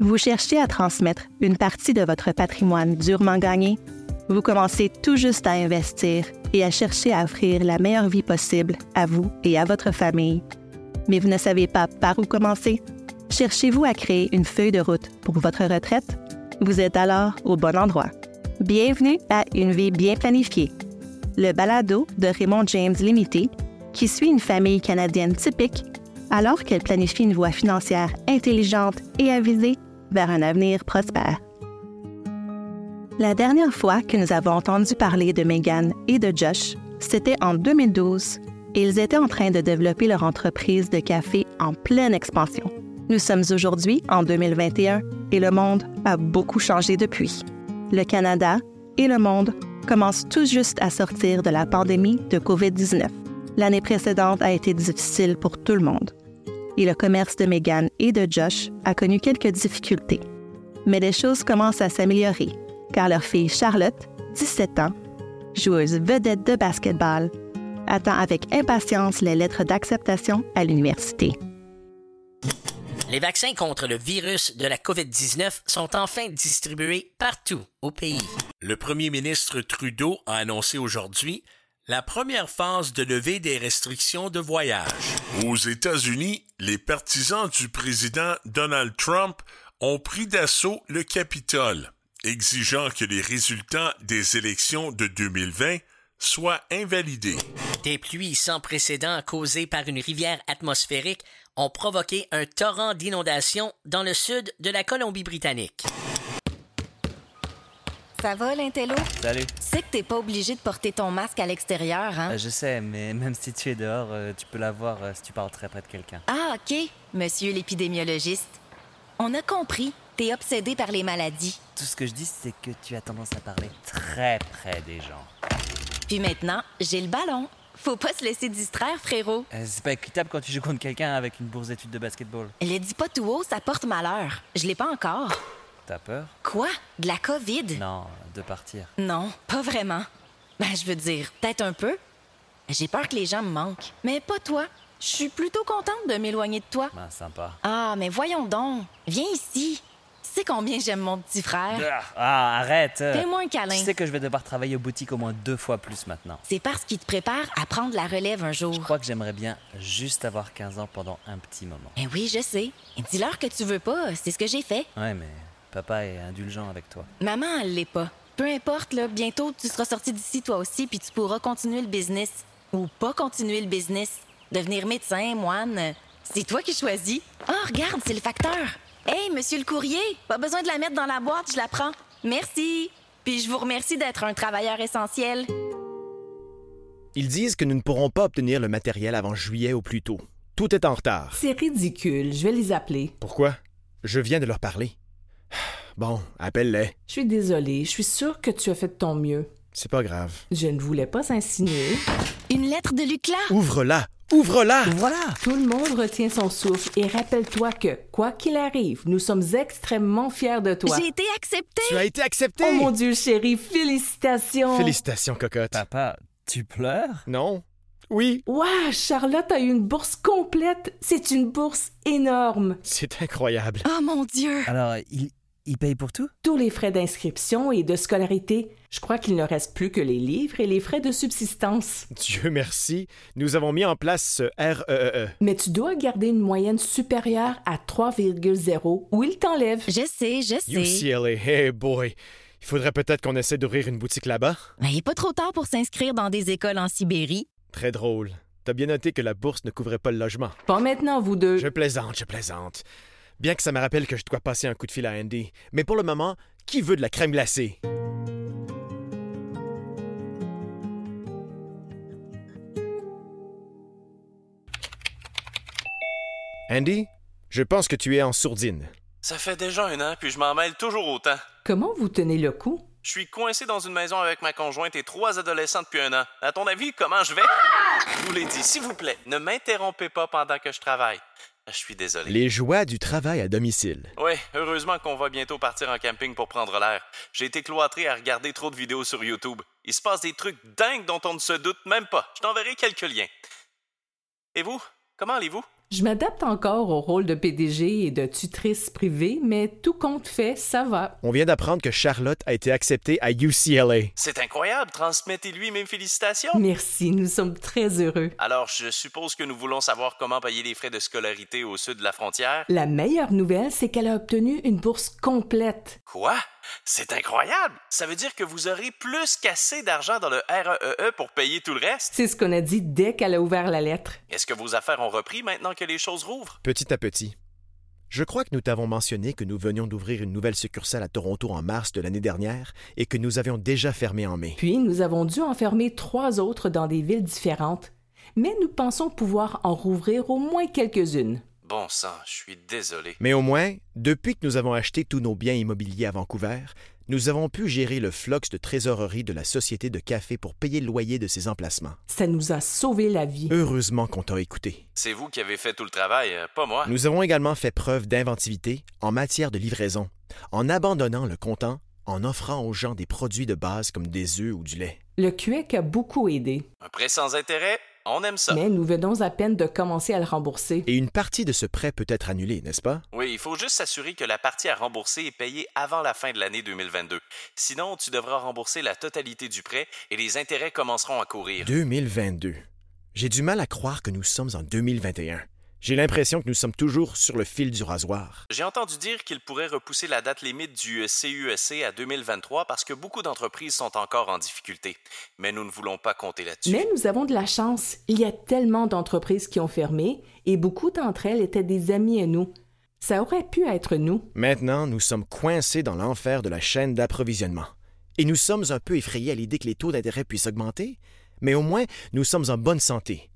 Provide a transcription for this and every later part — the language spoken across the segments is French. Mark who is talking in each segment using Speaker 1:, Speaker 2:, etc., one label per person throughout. Speaker 1: Vous cherchez à transmettre une partie de votre patrimoine durement gagné? Vous commencez tout juste à investir et à chercher à offrir la meilleure vie possible à vous et à votre famille. Mais vous ne savez pas par où commencer? Cherchez-vous à créer une feuille de route pour votre retraite? Vous êtes alors au bon endroit. Bienvenue à Une vie bien planifiée, le balado de Raymond James Limité, qui suit une famille canadienne typique alors qu'elle planifie une voie financière intelligente et avisée vers un avenir prospère. La dernière fois que nous avons entendu parler de Megan et de Josh, c'était en 2012 et ils étaient en train de développer leur entreprise de café en pleine expansion. Nous sommes aujourd'hui en 2021 et le monde a beaucoup changé depuis. Le Canada et le monde commencent tout juste à sortir de la pandémie de COVID-19. L'année précédente a été difficile pour tout le monde et le commerce de Megan et de Josh a connu quelques difficultés. Mais les choses commencent à s'améliorer, car leur fille Charlotte, 17 ans, joueuse vedette de basketball, attend avec impatience les lettres d'acceptation à l'université.
Speaker 2: Les vaccins contre le virus de la COVID-19 sont enfin distribués partout au pays.
Speaker 3: Le premier ministre Trudeau a annoncé aujourd'hui la première phase de levée des restrictions de voyage.
Speaker 4: Aux États-Unis, les partisans du président Donald Trump ont pris d'assaut le Capitole, exigeant que les résultats des élections de 2020 soient invalidés.
Speaker 2: Des pluies sans précédent causées par une rivière atmosphérique ont provoqué un torrent d'inondations dans le sud de la Colombie-Britannique.
Speaker 5: Ça va, l'Intello?
Speaker 6: Salut.
Speaker 5: Tu sais que t'es pas obligé de porter ton masque à l'extérieur, hein?
Speaker 6: Euh, je sais, mais même si tu es dehors, euh, tu peux l'avoir euh, si tu parles très près de quelqu'un.
Speaker 5: Ah, OK, monsieur l'épidémiologiste. On a compris. T'es obsédé par les maladies.
Speaker 6: Tout ce que je dis, c'est que tu as tendance à parler très près des gens.
Speaker 5: Puis maintenant, j'ai le ballon. Faut pas se laisser distraire, frérot.
Speaker 6: Euh, c'est pas équitable quand tu joues contre quelqu'un avec une bourse d'études de basketball.
Speaker 5: Le dis pas tout haut, ça porte malheur. Je l'ai pas encore.
Speaker 6: T'as peur
Speaker 5: Quoi? De la COVID?
Speaker 6: Non, euh, de partir.
Speaker 5: Non, pas vraiment. Ben, je veux dire, peut-être un peu. J'ai peur que les gens me manquent. Mais pas toi. Je suis plutôt contente de m'éloigner de toi.
Speaker 6: Ben, sympa.
Speaker 5: Ah, mais voyons donc. Viens ici. Tu sais combien j'aime mon petit frère.
Speaker 6: Ah, ah, arrête euh.
Speaker 5: Fais-moi un câlin.
Speaker 6: Tu sais que je vais devoir travailler aux boutiques au moins deux fois plus maintenant.
Speaker 5: C'est parce qu'il te prépare à prendre la relève un
Speaker 6: Je
Speaker 5: jour.
Speaker 6: crois que j'aimerais bien juste avoir 15 ans pendant un petit moment.
Speaker 5: Ben oui, je sais. Dis-leur que tu veux pas, c'est ce que j'ai fait.
Speaker 6: Ouais, mais papa est indulgent avec toi.
Speaker 5: Maman, elle l'est pas. Peu importe, là, bientôt, tu seras sorti d'ici toi aussi, puis tu pourras continuer le business. Ou pas continuer le business. Devenir médecin, moine. euh, C'est toi qui choisis. Oh, regarde, c'est le facteur. Hey, monsieur le courrier, pas besoin de la mettre dans la boîte, je la prends. Merci. Puis je vous remercie d'être un travailleur essentiel.
Speaker 7: Ils disent que nous ne pourrons pas obtenir le matériel avant juillet au plus tôt. Tout est en retard.
Speaker 8: C'est ridicule, je vais les appeler.
Speaker 7: Pourquoi? Je viens de leur parler. Bon, appelle-les.
Speaker 8: Je suis désolée, je suis sûre que tu as fait de ton mieux.
Speaker 7: C'est pas grave.
Speaker 8: Je ne voulais pas insinuer.
Speaker 5: Une lettre de Lucla.
Speaker 7: Ouvre-la! Ouvre-la!
Speaker 6: Voilà
Speaker 8: Tout le monde retient son souffle et rappelle-toi que, quoi qu'il arrive, nous sommes extrêmement fiers de toi.
Speaker 5: J'ai été acceptée.
Speaker 7: Tu as été accepté!
Speaker 8: Oh mon Dieu, chérie, félicitations!
Speaker 7: Félicitations, cocotte.
Speaker 6: Papa, tu pleures
Speaker 7: Non? Oui,
Speaker 8: Ouah, Charlotte a eu une bourse complète. C'est une bourse énorme.
Speaker 7: c'est incroyable.
Speaker 5: Oh mon Dieu.
Speaker 6: Alors, il, il paye pour tout
Speaker 8: Tous les frais d'inscription et de scolarité. Je crois qu'il ne reste plus que les livres et les frais de subsistance.
Speaker 7: Dieu merci, nous avons mis en place ce E REEE.
Speaker 8: Mais tu dois garder une moyenne supérieure à 3,0 ou il t'enlève.
Speaker 5: Je sais, je sais.
Speaker 7: UCLA, E. hey boy. Il faudrait peut-être qu'on essaie d'ouvrir une boutique là-bas.
Speaker 5: Mais il est pas trop tard pour s'inscrire dans des écoles en Sibérie.
Speaker 7: Très drôle. T'as bien noté que la bourse ne couvrait pas le logement.
Speaker 8: Pas maintenant, vous deux.
Speaker 7: Je plaisante, je plaisante. Bien que ça me rappelle que je dois passer un coup de fil à Andy. Mais pour le moment, qui veut de la crème glacée? Andy, je pense que tu es en sourdine.
Speaker 9: Ça fait déjà un an, puis je m'en mêle toujours autant.
Speaker 8: Comment vous tenez le coup?
Speaker 9: Je suis coincé dans une maison avec ma conjointe et trois adolescents depuis un an. À ton avis, comment je vais? Je vous l'ai dit, s'il vous plaît, ne m'interrompez pas pendant que je travaille. Je suis désolé.
Speaker 7: Les joies du travail à domicile.
Speaker 9: Oui, heureusement qu'on va bientôt partir en camping pour prendre l'air. J'ai été cloîtré à regarder trop de vidéos sur YouTube. Il se passe des trucs dingues dont on ne se doute même pas. Je t'enverrai quelques liens. Et vous? Comment allez-vous?
Speaker 8: Je m'adapte encore au rôle de PDG et de tutrice privée, mais tout compte fait, ça va.
Speaker 7: On vient d'apprendre que Charlotte a été acceptée à UCLA.
Speaker 9: C'est incroyable, transmettez-lui mes félicitations.
Speaker 8: Merci, nous sommes très heureux.
Speaker 9: Alors, je suppose que nous voulons savoir comment payer les frais de scolarité au sud de la frontière.
Speaker 8: La meilleure nouvelle, c'est qu'elle a obtenu une bourse complète.
Speaker 9: Quoi? C'est incroyable! Ça veut dire que vous aurez plus qu'assez d'argent dans le REEE pour payer tout le reste?
Speaker 8: C'est ce qu'on a dit dès qu'elle a ouvert la lettre.
Speaker 9: Est-ce que vos affaires ont repris maintenant que les choses rouvrent?
Speaker 7: Petit à petit. Je crois que nous t'avons mentionné que nous venions d'ouvrir une nouvelle succursale à Toronto en mars de l'année dernière et que nous avions déjà fermé en mai.
Speaker 8: Puis nous avons dû enfermer trois autres dans des villes différentes, mais nous pensons pouvoir en rouvrir au moins quelques-unes.
Speaker 9: Bon sang, je suis désolé.
Speaker 7: Mais au moins, depuis que nous avons acheté tous nos biens immobiliers à Vancouver, nous avons pu gérer le flux de trésorerie de la société de café pour payer le loyer de ses emplacements.
Speaker 8: Ça nous a sauvé la vie.
Speaker 7: Heureusement qu'on t'a écouté.
Speaker 9: C'est vous qui avez fait tout le travail, euh, pas moi.
Speaker 7: Nous avons également fait preuve d'inventivité en matière de livraison, en abandonnant le comptant, en offrant aux gens des produits de base comme des œufs ou du lait.
Speaker 8: Le QEC a beaucoup aidé,
Speaker 9: Un prêt sans intérêt, on aime ça.
Speaker 8: mais nous venons à peine de commencer à le rembourser.
Speaker 7: Et une partie de ce prêt peut être annulée, n'est-ce pas?
Speaker 9: Oui, il faut juste s'assurer que la partie à rembourser est payée avant la fin de l'année 2022. Sinon, tu devras rembourser la totalité du prêt et les intérêts commenceront à courir.
Speaker 7: 2022. J'ai du mal à croire que nous sommes en 2021. J'ai l'impression que nous sommes toujours sur le fil du rasoir.
Speaker 9: J'ai entendu dire qu'il pourrait repousser la date limite du euh, CUEC E à 2023 parce que beaucoup d'entreprises sont encore en difficulté. Mais nous ne voulons pas compter là-dessus.
Speaker 8: Mais nous avons de la chance. Il y a tellement d'entreprises qui ont fermé et beaucoup d'entre elles étaient des amis à nous. Ça aurait pu être nous.
Speaker 7: Maintenant, nous sommes coincés dans l'enfer de la chaîne d'approvisionnement. Et nous sommes un peu effrayés à l'idée que les taux d'intérêt puissent augmenter, mais au moins, nous sommes en bonne santé.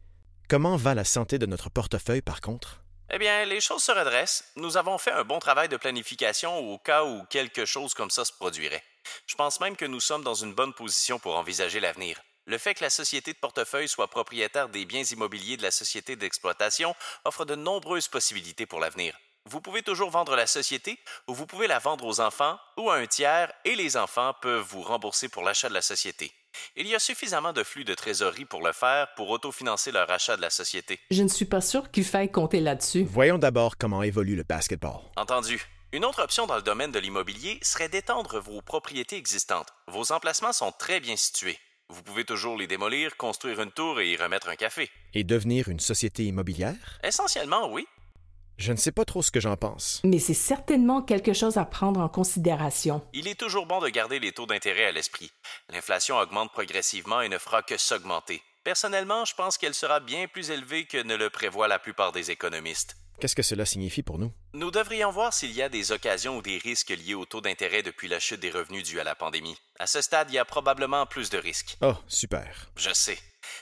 Speaker 7: Comment va la santé de notre portefeuille, par contre?
Speaker 9: Eh bien, les choses se redressent. Nous avons fait un bon travail de planification au cas où quelque chose comme ça se produirait. Je pense même que nous sommes dans une bonne position pour envisager l'avenir. Le fait que la société de portefeuille soit propriétaire des biens immobiliers de la société d'exploitation offre de nombreuses possibilités pour l'avenir. Vous pouvez toujours vendre la société ou vous pouvez la vendre aux enfants ou à un tiers et les enfants peuvent vous rembourser pour l'achat de la société. Il y a suffisamment de flux de trésorerie pour le faire pour autofinancer leur achat de la société.
Speaker 8: Je ne suis pas sûre qu'il faille compter là-dessus.
Speaker 7: Voyons d'abord comment évolue le basketball.
Speaker 9: Entendu. Une autre option dans le domaine de l'immobilier serait d'étendre vos propriétés existantes. Vos emplacements sont très bien situés. Vous pouvez toujours les démolir, construire une tour et y remettre un café.
Speaker 7: Et devenir une société immobilière?
Speaker 9: Essentiellement, oui.
Speaker 7: Je ne sais pas trop ce que j'en pense.
Speaker 8: Mais c'est certainement quelque chose à prendre en considération.
Speaker 9: Il est toujours bon de garder les taux d'intérêt à l'esprit. L'inflation augmente progressivement et ne fera que s'augmenter. Personnellement, je pense qu'elle sera bien plus élevée que ne le prévoit la plupart des économistes.
Speaker 7: Qu'est-ce que cela signifie pour nous?
Speaker 9: Nous devrions voir s'il y a des occasions ou des risques liés au taux d'intérêt depuis la chute des revenus due à la pandémie. À ce stade, il y a probablement plus de risques.
Speaker 7: Oh, super.
Speaker 9: Je sais.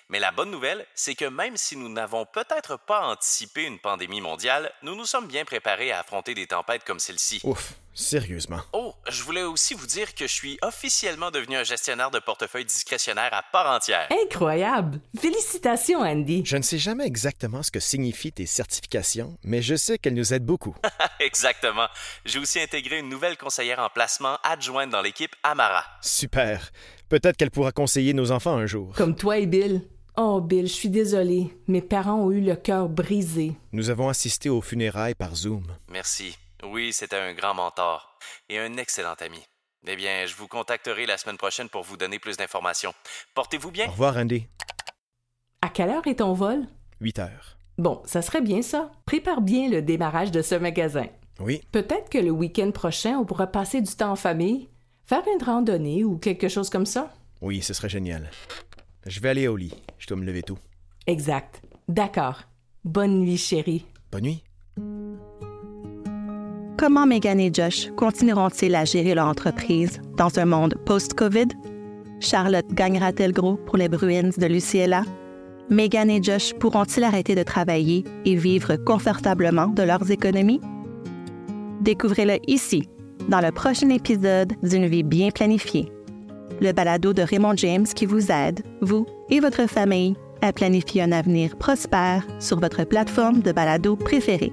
Speaker 9: Mais la bonne nouvelle, c'est que même si nous n'avons peut-être pas anticipé une pandémie mondiale, nous nous sommes bien préparés à affronter des tempêtes comme celle-ci.
Speaker 7: Ouf, sérieusement.
Speaker 9: Oh, je voulais aussi vous dire que je suis officiellement devenu un gestionnaire de portefeuille discrétionnaire à part entière.
Speaker 8: Hein? Incroyable! Félicitations, Andy!
Speaker 7: Je ne sais jamais exactement ce que signifient tes certifications, mais je sais qu'elles nous aident beaucoup.
Speaker 9: Exactement. J'ai aussi intégré une nouvelle conseillère en placement adjointe dans l'équipe Amara.
Speaker 7: Super. Peut-être qu'elle pourra conseiller nos enfants un jour.
Speaker 8: Comme toi et Bill. Oh, Bill, je suis désolée. Mes parents ont eu le cœur brisé.
Speaker 7: Nous avons assisté aux funérailles par Zoom.
Speaker 9: Merci. Oui, c'était un grand mentor et un excellent ami. Eh bien, je vous contacterai la semaine prochaine pour vous donner plus d'informations. Portez-vous
Speaker 7: Au
Speaker 9: bien.
Speaker 7: revoir, Andy.
Speaker 8: À quelle heure est ton vol?
Speaker 7: 8 heures.
Speaker 8: Bon, ça serait bien ça. Prépare bien le démarrage de ce magasin.
Speaker 7: Oui,
Speaker 8: Peut-être que le week-end prochain, on pourra passer du temps en famille, faire une randonnée ou quelque chose comme ça.
Speaker 7: oui, ce serait génial. Je vais aller au lit. Je dois me lever tôt.
Speaker 8: Exact. D'accord. Bonne nuit, chérie.
Speaker 7: Bonne nuit.
Speaker 1: Comment Megan et Josh continueront-ils à gérer leur entreprise dans un monde post-COVID? Charlotte gagnera-t-elle gros pour les Bruins de l'UCLA? Megan et Josh pourront-ils arrêter de travailler et vivre confortablement de leurs économies? Découvrez-le ici, dans le prochain épisode d'une vie bien planifiée. Le balado de Raymond James qui vous aide, vous et votre famille, à planifier un avenir prospère sur votre plateforme de balado préférée.